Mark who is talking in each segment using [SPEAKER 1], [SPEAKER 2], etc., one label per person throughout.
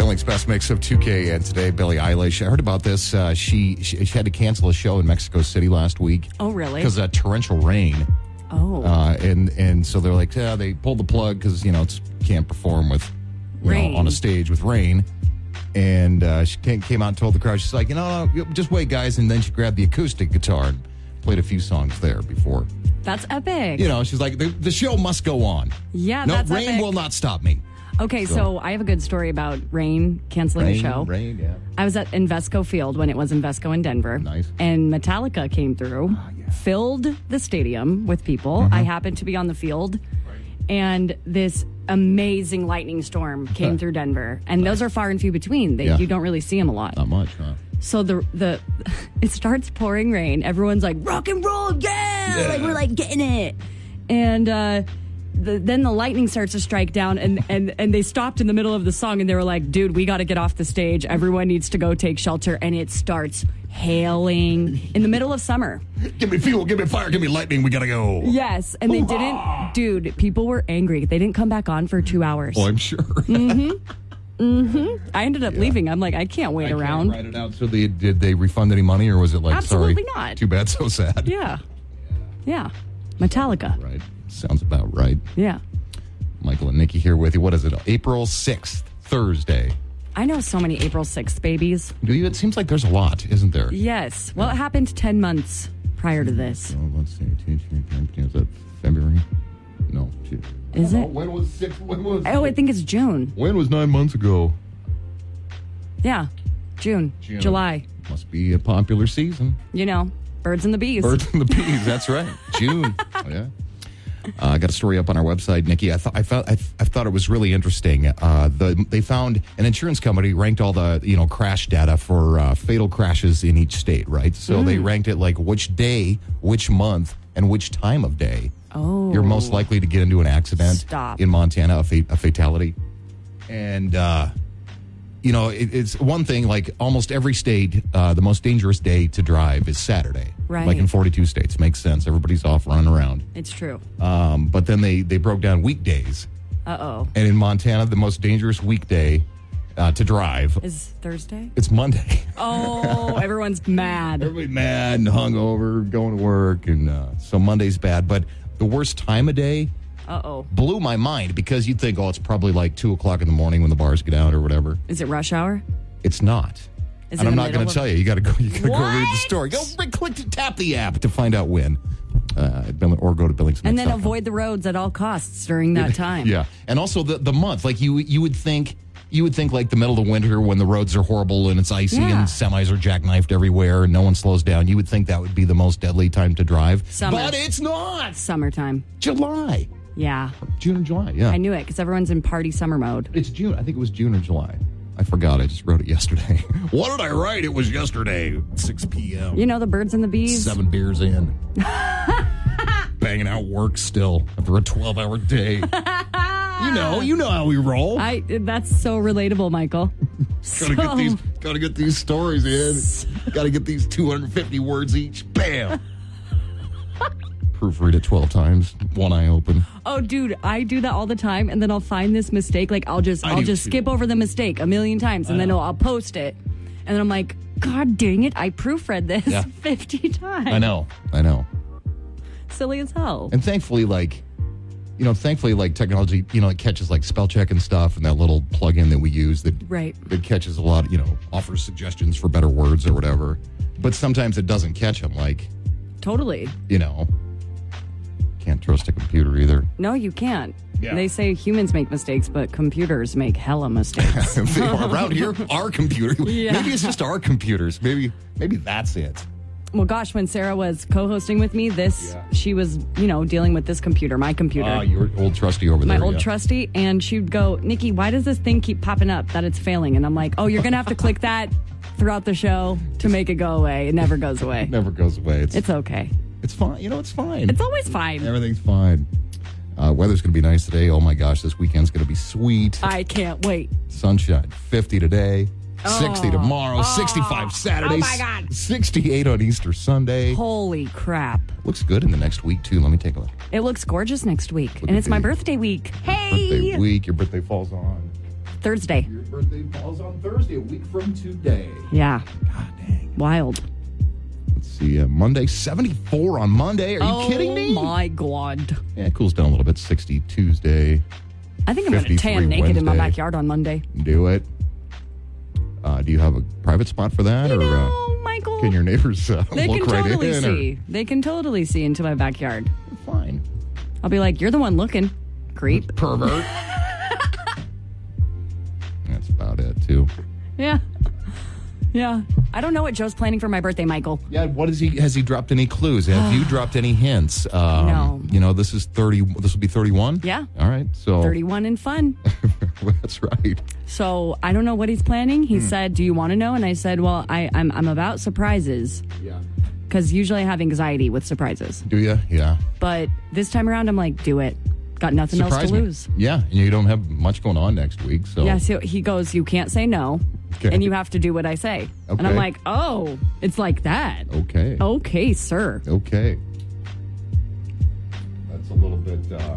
[SPEAKER 1] morning's best mix of 2K and today Billie Eilish. I heard about this. Uh, she, she she had to cancel a show in Mexico City last week
[SPEAKER 2] Oh, really?
[SPEAKER 1] because of torrential rain,
[SPEAKER 2] Oh,
[SPEAKER 1] uh, and and so they're like, yeah, they pulled the plug because you know it's can't perform with you
[SPEAKER 2] Rain.
[SPEAKER 1] know on a stage with rain. And uh, she came, came out and told the crowd, she's like, you know, just wait, guys. And then she grabbed the acoustic guitar and played a few songs there before.
[SPEAKER 2] that's epic.
[SPEAKER 1] You know, she's like, the, the show must go on.
[SPEAKER 2] Yeah,
[SPEAKER 1] no,
[SPEAKER 2] that's
[SPEAKER 1] rain
[SPEAKER 2] epic.
[SPEAKER 1] will not stop me.
[SPEAKER 2] Okay, so. I have a good story about rain canceling
[SPEAKER 1] Rain,
[SPEAKER 2] the show.
[SPEAKER 1] rain, yeah.
[SPEAKER 2] I was at Invesco Field when it was Invesco in Denver.
[SPEAKER 1] Nice. Ah,
[SPEAKER 2] And Metallica came through, filled the stadium with people.
[SPEAKER 1] Mm-hmm.
[SPEAKER 2] I happened to be on the field, and this amazing lightning storm came through Denver. And those are far and few between. They,
[SPEAKER 1] Yeah.
[SPEAKER 2] You don't really see them a lot.
[SPEAKER 1] Not much, huh?
[SPEAKER 2] So the the it starts pouring rain. Everyone's like rock and roll, yeah! Like we're like getting it. And uh the, then the lightning starts to strike down, and, and, and they stopped in the middle of the song, and they were like, "Dude, we got to get off the stage. Everyone needs to go take shelter." And it starts hailing in the middle of summer.
[SPEAKER 1] Give me fuel, give me fire, give me lightning. We gotta go.
[SPEAKER 2] Yes, and they didn't. Dude, people were angry. They didn't come back on for two hours.
[SPEAKER 1] Oh, I'm sure.
[SPEAKER 2] I ended up leaving. I'm like, I can't wait around.
[SPEAKER 1] Write it out. So they did they refund any money, or was it like
[SPEAKER 2] Absolutely
[SPEAKER 1] sorry,
[SPEAKER 2] not.
[SPEAKER 1] Too bad, so sad.
[SPEAKER 2] Yeah, yeah. Metallica.
[SPEAKER 1] Right. Sounds about right.
[SPEAKER 2] Yeah.
[SPEAKER 1] Michael and Nikki here with you. What is it? April sixth, Thursday.
[SPEAKER 2] I know so many April 6th babies.
[SPEAKER 1] Do you? It seems like there's a lot, isn't there?
[SPEAKER 2] Yes. Well, it happened 10 months prior to this.
[SPEAKER 1] Oh, let's see. Is that February? No. Shit.
[SPEAKER 2] Is it?
[SPEAKER 1] When was six? When was?
[SPEAKER 2] Oh, I think it's June.
[SPEAKER 1] When was nine months ago?
[SPEAKER 2] Yeah. June,
[SPEAKER 1] June.
[SPEAKER 2] July.
[SPEAKER 1] Must be a popular season.
[SPEAKER 2] You know, birds and the bees.
[SPEAKER 1] Birds and the bees. That's right. June. Oh, yeah. Uh, I got a story up on our website, Nikki. I thought I felt I, th- I thought it was really interesting. Uh, the they found an insurance company ranked all the you know crash data for uh, fatal crashes in each state, right? So
[SPEAKER 2] Mm.
[SPEAKER 1] they ranked it like which day, which month, and which time of day
[SPEAKER 2] Oh.
[SPEAKER 1] you're most likely to get into an accident
[SPEAKER 2] Stop.
[SPEAKER 1] in Montana, a, fa- a fatality, and. uh you know, it, it's one thing. Like almost every state, uh, the most dangerous day to drive is Saturday.
[SPEAKER 2] Right.
[SPEAKER 1] Like in 42 states, makes sense. Everybody's off running around.
[SPEAKER 2] It's true.
[SPEAKER 1] Um, but then they they broke down weekdays,
[SPEAKER 2] Uh oh.
[SPEAKER 1] and in Montana, the most dangerous weekday uh, to drive
[SPEAKER 2] Is Thursday?
[SPEAKER 1] it's Monday.
[SPEAKER 2] Oh, everyone's mad.
[SPEAKER 1] Everybody mad and hungover, going to work, and uh, so Monday's bad. But the worst time of day
[SPEAKER 2] Uh oh.
[SPEAKER 1] blew my mind because you'd think, oh, it's probably like two o'clock in the morning when the bars get out or whatever.
[SPEAKER 2] Is it rush hour?
[SPEAKER 1] It's not. and
[SPEAKER 2] Is it
[SPEAKER 1] I'm
[SPEAKER 2] the
[SPEAKER 1] not
[SPEAKER 2] middle
[SPEAKER 1] going to
[SPEAKER 2] of-
[SPEAKER 1] tell you. You got to go. You got to go
[SPEAKER 2] What?
[SPEAKER 1] read the story. Go re- click to tap the app to find out when, uh, at Bill- or go to Billings.
[SPEAKER 2] And then avoid the roads at all costs during that time.
[SPEAKER 1] uh, Yeah, and also the the month. Like you you would think you would think like the middle of winter when the roads are horrible and it's icy
[SPEAKER 2] Yeah.
[SPEAKER 1] and semis are jackknifed everywhere and no one slows down. You would think that would be the most deadly time to drive,
[SPEAKER 2] Summer.
[SPEAKER 1] but it's not.
[SPEAKER 2] Summertime.
[SPEAKER 1] July,
[SPEAKER 2] Yeah.
[SPEAKER 1] June and July. Yeah,
[SPEAKER 2] I knew it because everyone's in party summer mode.
[SPEAKER 1] It's June. I think it was June or July. I forgot. I just wrote it yesterday. what did I write? It was yesterday, 6 p.m.
[SPEAKER 2] You know, the birds and the bees.
[SPEAKER 1] Seven beers in. Banging out work still after a 12 hour day. you know, you know how we roll.
[SPEAKER 2] I, that's so relatable, Michael.
[SPEAKER 1] gotta
[SPEAKER 2] So-
[SPEAKER 1] get these gotta get these stories in. gotta get these 250 words each. Bam. Proofread it 12 times, one eye open.
[SPEAKER 2] Oh, dude, I do that all the time, and then I'll find this mistake. Like I'll just
[SPEAKER 1] I
[SPEAKER 2] I'll
[SPEAKER 1] do
[SPEAKER 2] just
[SPEAKER 1] too.
[SPEAKER 2] skip over the mistake a million times, and then I'll, I'll post it, and then I'm like, God dang it, I proofread this
[SPEAKER 1] Yeah.
[SPEAKER 2] fifty times.
[SPEAKER 1] I know. I know.
[SPEAKER 2] silly as hell.
[SPEAKER 1] and thankfully like you know thankfully like technology you know it catches like spell check and stuff and that little plug-in that we use that
[SPEAKER 2] Right.
[SPEAKER 1] that catches a lot you know offers suggestions for better words or whatever but sometimes it doesn't catch them like
[SPEAKER 2] Totally.
[SPEAKER 1] you know can't trust a computer either
[SPEAKER 2] No, you can't.
[SPEAKER 1] Yeah.
[SPEAKER 2] They say humans make mistakes, but computers make hella mistakes.
[SPEAKER 1] around here our computer
[SPEAKER 2] Yeah.
[SPEAKER 1] maybe it's just our computers maybe maybe that's it
[SPEAKER 2] well, gosh, when Sarah was co-hosting with me, this
[SPEAKER 1] Yeah.
[SPEAKER 2] she was you know dealing with this computer, my computer.
[SPEAKER 1] ah your old trusty over there
[SPEAKER 2] my old
[SPEAKER 1] yeah.
[SPEAKER 2] trusty, and she'd go, Nikki, why does this thing keep popping up that it's failing? And I'm like, oh, you're going to have to click that throughout the show to make it go away. It never goes away.
[SPEAKER 1] never goes away it's
[SPEAKER 2] It's okay.
[SPEAKER 1] it's fine you know it's fine
[SPEAKER 2] It's always fine.
[SPEAKER 1] everything's fine uh, weather's gonna be nice today oh my gosh this weekend's gonna be sweet
[SPEAKER 2] I can't wait.
[SPEAKER 1] sunshine 50 today 60 tomorrow 65 saturday
[SPEAKER 2] Oh, my God.
[SPEAKER 1] 68 on easter sunday
[SPEAKER 2] Holy crap.
[SPEAKER 1] looks good in the next week too let me take a look
[SPEAKER 2] It looks gorgeous next week.
[SPEAKER 1] at
[SPEAKER 2] And it's my
[SPEAKER 1] you.
[SPEAKER 2] birthday week.
[SPEAKER 1] birthday
[SPEAKER 2] Hey!
[SPEAKER 1] week your birthday falls on
[SPEAKER 2] Thursday.
[SPEAKER 1] Your birthday falls on Thursday, a week from today.
[SPEAKER 2] Yeah,
[SPEAKER 1] God dang.
[SPEAKER 2] wild.
[SPEAKER 1] Let's see, uh, Monday, 74 on Monday. Are you kidding me?
[SPEAKER 2] Oh my god!
[SPEAKER 1] Yeah, it cools down a little bit. 60 Tuesday.
[SPEAKER 2] I think I'm gonna
[SPEAKER 1] 53
[SPEAKER 2] tan naked in my
[SPEAKER 1] Wednesday.
[SPEAKER 2] backyard on Monday.
[SPEAKER 1] Do it. Uh, do you have a private spot for that? or uh,
[SPEAKER 2] no, Michael.
[SPEAKER 1] can your neighbors uh,
[SPEAKER 2] they
[SPEAKER 1] look right
[SPEAKER 2] can totally
[SPEAKER 1] in?
[SPEAKER 2] see. They can totally see into my backyard.
[SPEAKER 1] Or, fine.
[SPEAKER 2] I'll be like, "You're the one looking, creep."
[SPEAKER 1] Pervert. That's about it, too. Mm-hmm.
[SPEAKER 2] Yeah, yeah. I don't know what Joe's planning for my birthday, Michael.
[SPEAKER 1] Yeah, what is he? Has he dropped any clues? Have you dropped any hints? Um,
[SPEAKER 2] No.
[SPEAKER 1] You know, this is 30, this will be 31?
[SPEAKER 2] Yeah.
[SPEAKER 1] All right, so.
[SPEAKER 2] Thirty-one and fun.
[SPEAKER 1] That's right.
[SPEAKER 2] So I don't know what he's planning.
[SPEAKER 1] Hmm.
[SPEAKER 2] He said, "Do you want to know?" And I said, "Well, I, I'm I'm about surprises
[SPEAKER 1] Yeah.
[SPEAKER 2] because usually I have anxiety with surprises,
[SPEAKER 1] Do you? Yeah.
[SPEAKER 2] but this time around I'm like, do it. Got nothing else
[SPEAKER 1] Surprise
[SPEAKER 2] to
[SPEAKER 1] me.
[SPEAKER 2] lose."
[SPEAKER 1] Yeah, and you don't have much going on next week, so.
[SPEAKER 2] Yeah. So he goes, "You can't say no,
[SPEAKER 1] Okay.
[SPEAKER 2] and you have to do what I say." And I'm
[SPEAKER 1] Okay.
[SPEAKER 2] like, "Oh, it's like that."
[SPEAKER 1] Okay.
[SPEAKER 2] Okay, sir.
[SPEAKER 1] Okay. That's a little bit. uh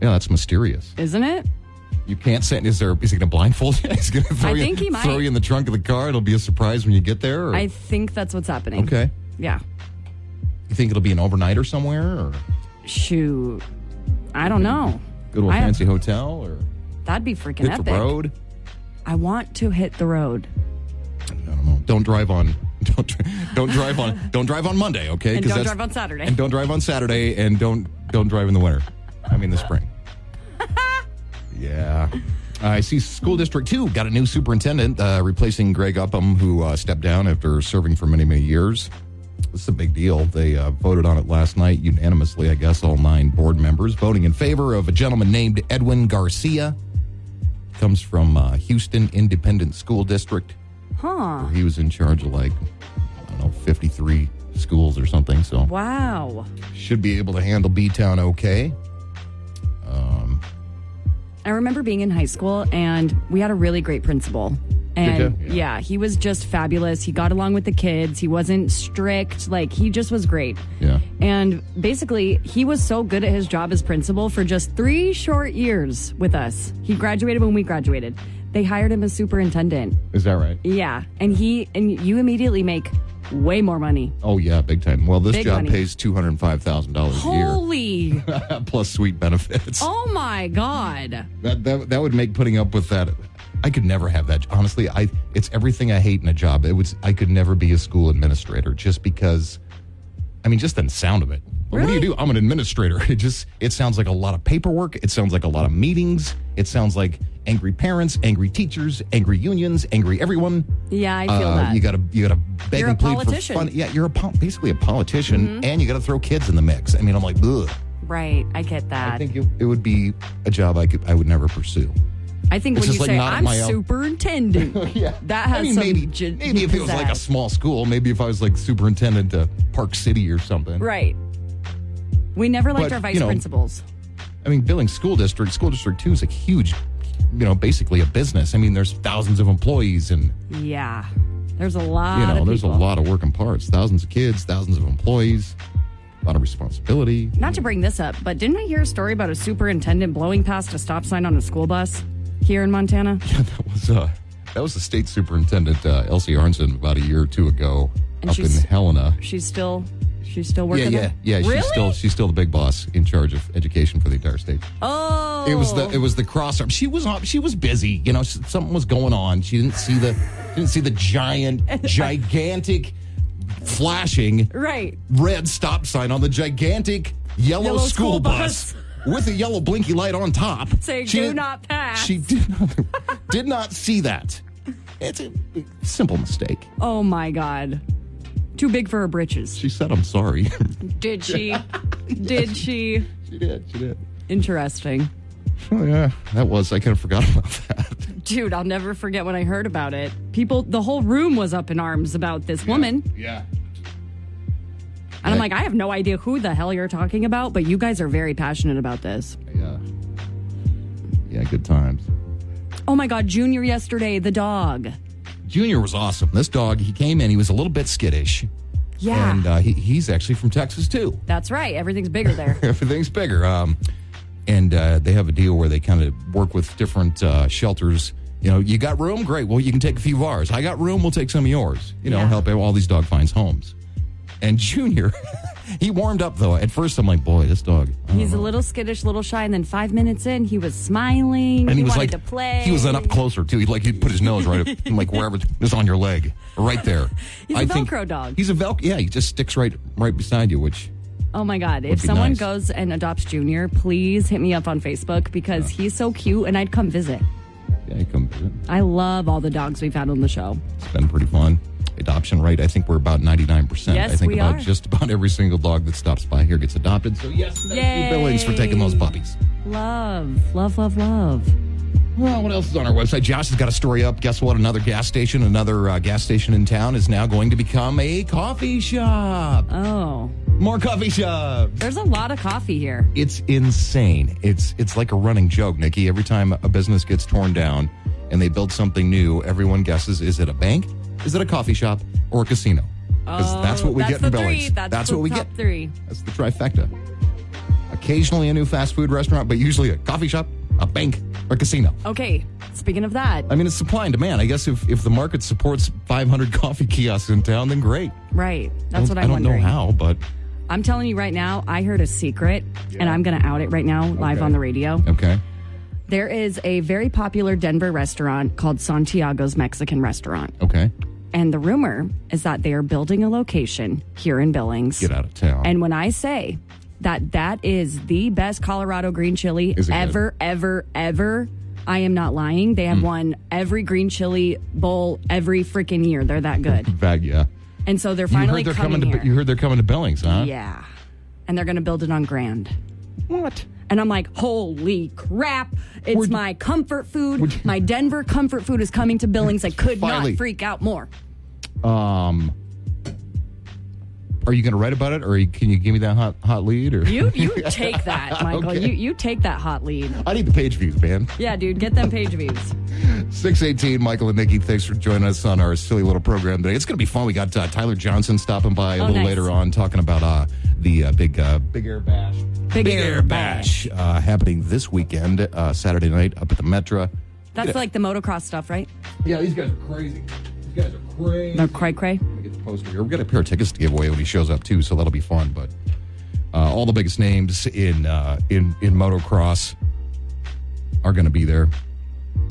[SPEAKER 1] Yeah, that's mysterious.
[SPEAKER 2] Isn't it?
[SPEAKER 1] You can't say. Is there? Is he going to blindfold you? He's going to throw
[SPEAKER 2] I
[SPEAKER 1] you.
[SPEAKER 2] think he might.
[SPEAKER 1] throw you in the trunk of the car. It'll be a surprise when you get there. Or?
[SPEAKER 2] I think that's what's happening.
[SPEAKER 1] okay.
[SPEAKER 2] Yeah.
[SPEAKER 1] You think it'll be an overnighter somewhere, or
[SPEAKER 2] Shoot. I don't know.
[SPEAKER 1] go to a
[SPEAKER 2] I-
[SPEAKER 1] fancy hotel, or
[SPEAKER 2] That'd be freaking
[SPEAKER 1] hit
[SPEAKER 2] epic.
[SPEAKER 1] the road?
[SPEAKER 2] I want to hit the road.
[SPEAKER 1] I don't know. Don't drive on. Don't dri- don't drive on. Don't drive on Monday, okay?
[SPEAKER 2] And
[SPEAKER 1] 'Cause
[SPEAKER 2] don't
[SPEAKER 1] that's-
[SPEAKER 2] drive on Saturday.
[SPEAKER 1] And don't drive on Saturday. And don't don't drive in the winter. I mean the spring. yeah. I see school district two got a new superintendent uh, replacing Greg Upham, who uh, stepped down after serving for many many years. This is a big deal. They uh, voted on it last night unanimously, I guess, all nine board members voting in favor of a gentleman named Edwin Garcia. Comes from uh, Houston Independent School District
[SPEAKER 2] Huh.
[SPEAKER 1] he was in charge of like I don't know 53 schools or something. So
[SPEAKER 2] Wow.
[SPEAKER 1] should be able to handle B Town okay.
[SPEAKER 2] I remember being in high school and we had a really great principal. And
[SPEAKER 1] Did ya?
[SPEAKER 2] yeah, he was just fabulous. He got along with the kids. He wasn't strict. Like he just was great.
[SPEAKER 1] Yeah.
[SPEAKER 2] And basically, he was so good at his job as principal for just three short years with us. He graduated when we graduated. They hired him as superintendent.
[SPEAKER 1] Is that right?
[SPEAKER 2] Yeah, and he and you immediately make way more money.
[SPEAKER 1] Oh yeah, big time. Well, this
[SPEAKER 2] Big
[SPEAKER 1] job
[SPEAKER 2] money.
[SPEAKER 1] pays two hundred five thousand dollars a year
[SPEAKER 2] Holy!
[SPEAKER 1] plus sweet benefits.
[SPEAKER 2] oh my god!
[SPEAKER 1] That, that that would make putting up with that. I could never have that. Honestly, I it's everything I hate in a job. It was I could never be a school administrator just because. I mean, just the sound of it. What do you
[SPEAKER 2] Really?
[SPEAKER 1] do? I'm an administrator. It just it sounds like a lot of paperwork. It sounds like a lot of meetings. It sounds like angry parents, angry teachers, angry unions, angry everyone.
[SPEAKER 2] Yeah, I feel
[SPEAKER 1] Uh,
[SPEAKER 2] that.
[SPEAKER 1] You gotta you gotta beg
[SPEAKER 2] You're
[SPEAKER 1] and
[SPEAKER 2] a
[SPEAKER 1] plead
[SPEAKER 2] politician. Mm-hmm.
[SPEAKER 1] for fun. Yeah, you're a pol- basically a politician, and you gotta throw kids in the mix. I mean, I'm like, ugh.
[SPEAKER 2] right, I get that.
[SPEAKER 1] I think it, it would be a job I could I would never pursue. it's
[SPEAKER 2] when you
[SPEAKER 1] just like
[SPEAKER 2] say
[SPEAKER 1] not at
[SPEAKER 2] I'm
[SPEAKER 1] my own-
[SPEAKER 2] superintendent,
[SPEAKER 1] Yeah,
[SPEAKER 2] that has
[SPEAKER 1] I mean,
[SPEAKER 2] some
[SPEAKER 1] maybe
[SPEAKER 2] gen-
[SPEAKER 1] maybe if it was like a
[SPEAKER 2] pizzazz.
[SPEAKER 1] small school, maybe if I was like superintendent of Park City or something.
[SPEAKER 2] right. We never liked
[SPEAKER 1] But,
[SPEAKER 2] our vice
[SPEAKER 1] you know,
[SPEAKER 2] principals.
[SPEAKER 1] I mean, Billings School District, School District Two is a huge, you know, basically a business. I mean, there's thousands of employees, and
[SPEAKER 2] Yeah, there's a lot.
[SPEAKER 1] you know,
[SPEAKER 2] of
[SPEAKER 1] there's a
[SPEAKER 2] people.
[SPEAKER 1] lot of working parts, thousands of kids, thousands of employees, a lot of responsibility.
[SPEAKER 2] Not to bring this up, but didn't I hear a story about a superintendent blowing past a stop sign on a school bus here in Montana?
[SPEAKER 1] Yeah, that was uh, that was the state superintendent uh, Elsie Arnson about a year or two ago
[SPEAKER 2] And
[SPEAKER 1] up in
[SPEAKER 2] she's-
[SPEAKER 1] Helena.
[SPEAKER 2] She's still, she's still
[SPEAKER 1] Yeah,
[SPEAKER 2] working.
[SPEAKER 1] yeah,
[SPEAKER 2] there?
[SPEAKER 1] yeah.
[SPEAKER 2] Really?
[SPEAKER 1] She's still she's still the big boss in charge of education for the entire state.
[SPEAKER 2] Oh,
[SPEAKER 1] It was the it was the cross arm. She was on- she was busy. You know, s- something was going on. She didn't see the didn't see the giant gigantic flashing
[SPEAKER 2] right.
[SPEAKER 1] red stop sign on the gigantic yellow,
[SPEAKER 2] Yellow
[SPEAKER 1] school,
[SPEAKER 2] school
[SPEAKER 1] bus.
[SPEAKER 2] bus.
[SPEAKER 1] With a yellow blinky light on top,
[SPEAKER 2] Saying,
[SPEAKER 1] She
[SPEAKER 2] "Do
[SPEAKER 1] didn't-
[SPEAKER 2] not pass."
[SPEAKER 1] She did not, did not see that. It's a simple mistake.
[SPEAKER 2] Oh my god, too big for her britches.
[SPEAKER 1] She said, "I'm sorry."
[SPEAKER 2] Did she? Did she?
[SPEAKER 1] she did. She did.
[SPEAKER 2] Interesting,
[SPEAKER 1] Oh yeah, that was. I kind of forgot about that.
[SPEAKER 2] dude. I'll never forget when I heard about it. People, the whole room was up in arms about this woman,
[SPEAKER 1] Yeah.
[SPEAKER 2] and I'm like, I have no idea who the hell you're talking about, but you guys are very passionate about this.
[SPEAKER 1] Yeah. Yeah. Good times.
[SPEAKER 2] Oh my god, Junior yesterday, the dog.
[SPEAKER 1] Junior was awesome. This dog, he came in, he was a little bit skittish.
[SPEAKER 2] Yeah,
[SPEAKER 1] And uh, he, he's actually from Texas, too.
[SPEAKER 2] that's right. Everything's bigger there.
[SPEAKER 1] Everything's bigger. Um, and uh, they have a deal where they kind of work with different uh, shelters. You know, you got room, great. Well, you can take a few of ours. I got room, we'll take some of yours. You know,
[SPEAKER 2] Yeah.
[SPEAKER 1] help all these dog finds homes. And Junior, he warmed up though. At first, I'm like, boy, this dog. I don't
[SPEAKER 2] He's a
[SPEAKER 1] know.
[SPEAKER 2] little skittish, little shy, and then five minutes in, he was smiling.
[SPEAKER 1] and he, was like,
[SPEAKER 2] wanted to play.
[SPEAKER 1] he was an up closer too. He like he put his nose right up, like wherever it's on your leg, right there.
[SPEAKER 2] He's
[SPEAKER 1] a
[SPEAKER 2] a Velcro dog.
[SPEAKER 1] He's a velcro. Yeah, he just sticks right right beside you, which
[SPEAKER 2] Oh my God. If
[SPEAKER 1] be
[SPEAKER 2] someone
[SPEAKER 1] nice.
[SPEAKER 2] goes and adopts Junior, please hit me up on Facebook because he's so cute and I'd come visit.
[SPEAKER 1] yeah, he come visit.
[SPEAKER 2] I love all the dogs we've had on the show.
[SPEAKER 1] It's been pretty fun. Adoption rate, I think we're about 99%.
[SPEAKER 2] Yes,
[SPEAKER 1] I think
[SPEAKER 2] we
[SPEAKER 1] about
[SPEAKER 2] are.
[SPEAKER 1] just about every single dog that stops by here gets adopted. So, yes, thank
[SPEAKER 2] Yay.
[SPEAKER 1] you, Billings, for taking those puppies.
[SPEAKER 2] Love, love, love, love.
[SPEAKER 1] Well, what else is on our website? Josh has got a story up. Guess what? Another gas station, another uh, gas station in town is now going to become a coffee shop.
[SPEAKER 2] Oh,
[SPEAKER 1] More coffee shop.
[SPEAKER 2] there's a lot of coffee here.
[SPEAKER 1] It's insane. It's it's like a running joke, Nikki. Every time a business gets torn down and they build something new, everyone guesses: is it a bank? Is it a coffee shop or a casino? Because that's what we
[SPEAKER 2] Oh, that's
[SPEAKER 1] get in
[SPEAKER 2] the
[SPEAKER 1] Billings.
[SPEAKER 2] three. That's, the
[SPEAKER 1] what we
[SPEAKER 2] top
[SPEAKER 1] get.
[SPEAKER 2] Three.
[SPEAKER 1] That's the trifecta. Occasionally a new fast food restaurant, but usually a coffee shop, a bank, or a casino.
[SPEAKER 2] Okay. Speaking of that,
[SPEAKER 1] I mean, it's supply and demand. I guess if, if the market supports 500 coffee kiosks in town, then great.
[SPEAKER 2] right?
[SPEAKER 1] I
[SPEAKER 2] That's what
[SPEAKER 1] don't-
[SPEAKER 2] I'm
[SPEAKER 1] I don't
[SPEAKER 2] wondering.
[SPEAKER 1] know how, but
[SPEAKER 2] I'm telling you right now, I heard a secret, and I'm going to out it right now, live
[SPEAKER 1] Okay.
[SPEAKER 2] on the radio.
[SPEAKER 1] okay.
[SPEAKER 2] There is a very popular Denver restaurant called Santiago's Mexican Restaurant.
[SPEAKER 1] Okay.
[SPEAKER 2] And the rumor is that they are building a location here in Billings.
[SPEAKER 1] Get out of town.
[SPEAKER 2] And when I say that that is the best Colorado green chili
[SPEAKER 1] Is it good?
[SPEAKER 2] ever, ever, ever, I am not lying. They have
[SPEAKER 1] Hmm.
[SPEAKER 2] won every green chili bowl every freaking year. They're that good.
[SPEAKER 1] Bad, yeah.
[SPEAKER 2] And so they're
[SPEAKER 1] You
[SPEAKER 2] finally
[SPEAKER 1] heard they're
[SPEAKER 2] coming,
[SPEAKER 1] coming, to
[SPEAKER 2] here.
[SPEAKER 1] you heard they're coming to Billings, huh?
[SPEAKER 2] yeah. And they're going to build it on Grand.
[SPEAKER 1] What?
[SPEAKER 2] And I'm like, holy crap. It's
[SPEAKER 1] Would-
[SPEAKER 2] my comfort food.
[SPEAKER 1] Would-
[SPEAKER 2] my Denver comfort food is coming to Billings. I could
[SPEAKER 1] Finally.
[SPEAKER 2] not freak out more.
[SPEAKER 1] Um Are you going to write about it or you- can you give me that hot hot lead or
[SPEAKER 2] You you take that, Michael.
[SPEAKER 1] Okay.
[SPEAKER 2] You you take that hot lead.
[SPEAKER 1] I need the page views, man.
[SPEAKER 2] Yeah, dude, get them page views.
[SPEAKER 1] 618, Michael and Nikki, thanks for joining us on our silly little program today. It's going to be fun. We got uh, Tyler Johnson stopping by a
[SPEAKER 2] Oh,
[SPEAKER 1] little
[SPEAKER 2] nice.
[SPEAKER 1] later on talking about uh, the uh, big uh, big air bash.
[SPEAKER 2] Big Air
[SPEAKER 1] bash uh, happening this weekend, uh, Saturday night up at the Metra.
[SPEAKER 2] That's like the motocross stuff, right?
[SPEAKER 1] Yeah, these guys are crazy. These guys are crazy.
[SPEAKER 2] The cray cray.
[SPEAKER 1] Let me get the poster here. We've got a pair of tickets to give away when he shows up too, so that'll be fun. But uh, all the biggest names in uh, in in motocross are going to be there.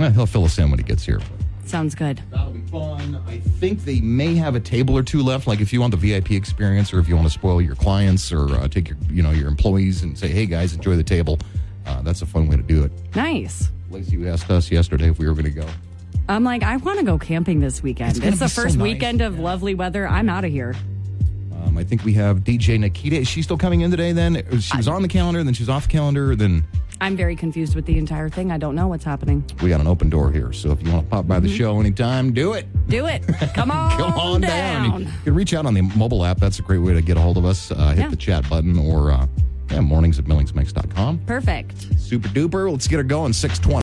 [SPEAKER 1] Eh, he'll fill us in when he gets here.
[SPEAKER 2] Sounds good.
[SPEAKER 1] That'll be fun. I think they may have a table or two left. Like if you want the VIP experience, or if you want to spoil your clients, or uh, take your you know your employees and say, "Hey guys, enjoy the table." Uh, that's a fun way to do it.
[SPEAKER 2] Nice.
[SPEAKER 1] Lacey asked us yesterday if we were going to go.
[SPEAKER 2] I'm like, I want to go camping this weekend.
[SPEAKER 1] It's
[SPEAKER 2] It's,
[SPEAKER 1] gonna
[SPEAKER 2] the
[SPEAKER 1] be so
[SPEAKER 2] first
[SPEAKER 1] nice.
[SPEAKER 2] weekend of lovely weather. I'm out of here.
[SPEAKER 1] Um, I think we have DJ Nikita. Is she still coming in today? Then she was on the calendar, then she was off the calendar, then
[SPEAKER 2] I'm very confused with the entire thing. I don't know what's happening.
[SPEAKER 1] we got an open door here. So if you want to pop by the show anytime, do it.
[SPEAKER 2] Do it. Come on.
[SPEAKER 1] Go on down. You can reach out on the mobile app. That's a great way to get a hold of us. Uh, hit
[SPEAKER 2] Yeah.
[SPEAKER 1] the chat button or uh, yeah, mornings at millingsmix.com.
[SPEAKER 2] Perfect.
[SPEAKER 1] Super duper. Let's get her going. 620.